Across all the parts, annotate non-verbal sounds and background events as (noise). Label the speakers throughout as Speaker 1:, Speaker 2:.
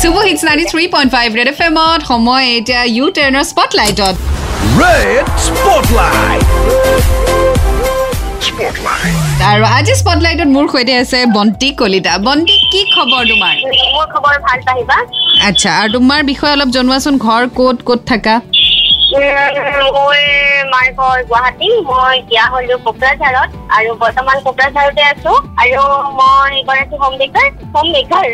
Speaker 1: Super hits ninety three point five red F এমত সময় এতিয়া ইউ টেনৰ স্পটলাইটত
Speaker 2: Red Spotlight. Spotlight.
Speaker 1: আৰু আজি স্পটলাইটত মোৰ সৈতে আছে বন্তি কলিতা বন্তি কি খবৰ তোমাৰ
Speaker 3: মোৰ খবৰ ভাল পাহিবা
Speaker 1: আচ্ছা আৰু তোমাৰ বিষয়ে অলপ জনোৱাচোন ঘৰ ক'ত ক'ত থাকা
Speaker 3: মোৰ মাৰ ঘৰ গুৱাহাটী মই বিয়া হ'লো কোকৰাঝাৰত আৰু বৰ্তমান কোকৰাঝাৰতে আছো আৰু মই এইবাৰ আছো হোম মেকাৰ হোম (laughs) মেকাৰ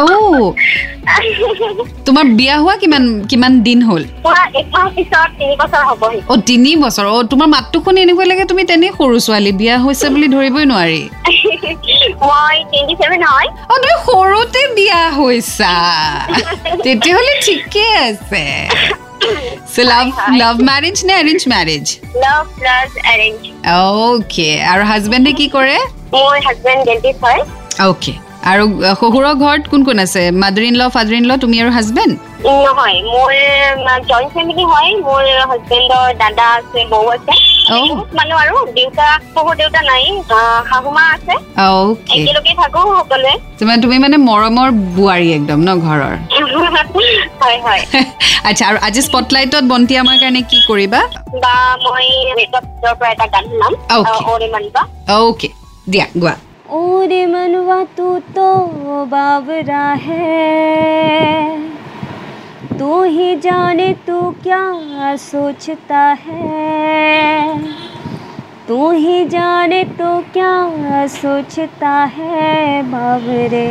Speaker 1: অ' তোমাৰ বিয়া হোৱা কিমান কিমান দিন হ'ল
Speaker 3: পুৰা একমাহ পিছত তিনি বছৰ হ'বহি (laughs)
Speaker 1: অ' তিনি বছৰ অ' তোমাৰ মাতটো শুনি এনেকুৱা লাগে তুমি তেনেই সৰু ছোৱালী বিয়া হৈছে বুলি ধৰিবই নোৱাৰি
Speaker 3: মই টুৱেণ্টি ছেভেন হয়
Speaker 1: অ' তুমি সৰুতে বিয়া হৈছা তেতিয়াহ'লে ঠিকেই আছে লাভ লাভ মেৰেজ নে arrange marriage
Speaker 3: love plus arrange
Speaker 1: okay আৰু হাজবেণ্ডে কি কৰে
Speaker 3: মোৰ হাজবেণ্ড ডেণ্টিষ্ট হয়
Speaker 1: অ'কে আৰু আহ, শহুৰৰ ঘৰত কোন কোন আছে mother in law father in law তুমি আৰু হাজবেণ্ড
Speaker 3: নহয় মোৰ জইণ্ট ফেমিলি হয় মোৰ হাজবেণ্ডৰ দাদা আছে বৌ আছে
Speaker 1: অ।
Speaker 3: বহুত মানুহ আৰু দেউতা শহুৰ দেউতা নাই আহ, শাহুমা আছে
Speaker 1: অ'কে
Speaker 3: একেলগে থাকো সকলোৱে
Speaker 1: তোমাৰ তুমি মানে মৰমৰ বোৱাৰী একদম ন ঘৰৰ (laughs)
Speaker 3: হয় হয়
Speaker 1: আচ্ছা আৰু আজি স্পটলাইটত বন্তি আমাৰ কাৰণে কি কৰিবা
Speaker 3: বা মই ৰেকৰ্ডৰ পৰা এটা গান শুনাম
Speaker 1: Okay.
Speaker 3: অ, অৰে মানিবা
Speaker 1: অ'কে দিয়া গোৱা
Speaker 4: ओरे मनवा तू तो बावरा है तू ही जाने तू क्या सोचता है तू ही जाने तो क्या सोचता है बावरे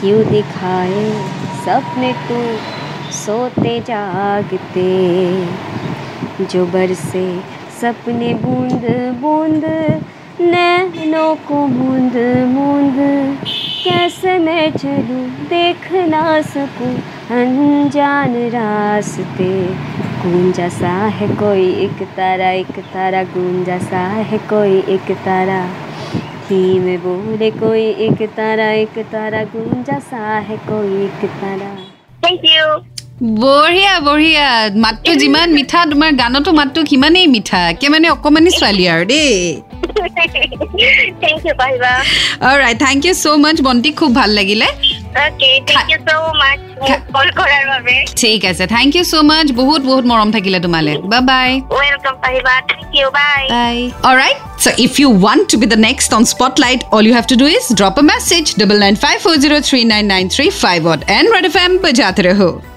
Speaker 4: क्यों दिखाए सपने तू सोते जागते जो बरसे सपने बूंद बूंद नैनों को बूंद बूंद कैसे मैं चलूँ देख ना सकूँ अनजान रास्ते गूंजा सा है कोई एक तारा एक तारा गूंजा सा है कोई एक तारा ही में बोले कोई एक तारा एक तारा गूंजा सा है कोई एक तारा
Speaker 3: থেংক (laughs) ইউ
Speaker 1: বঢ়িয়া বঢ়িয়া মাতটো যিমান মিঠা তোমাৰ গানতো মাতটো সিমানেই মিঠা একে মানে অকমানি ছোৱালী আৰু দেই
Speaker 3: থেংক ইউ পাহিবা
Speaker 1: alright thank you so' much বন্তি খুব ভাল লাগিলে
Speaker 3: okay thank you so' much মোক কল কৰাৰ বাবে
Speaker 1: ঠিক আছে থেংক ইউ ছ' মাছ বহুত বহুত মৰম থাকিলে তোমালৈ বা বাই
Speaker 3: ৱেলকাম পাহিবা thank you bye
Speaker 1: Bye. All right. So if you want to be the next on Spotlight, all you have to do is drop a message double nine five four zero three nine nine three five odd and Red FM bajate raho.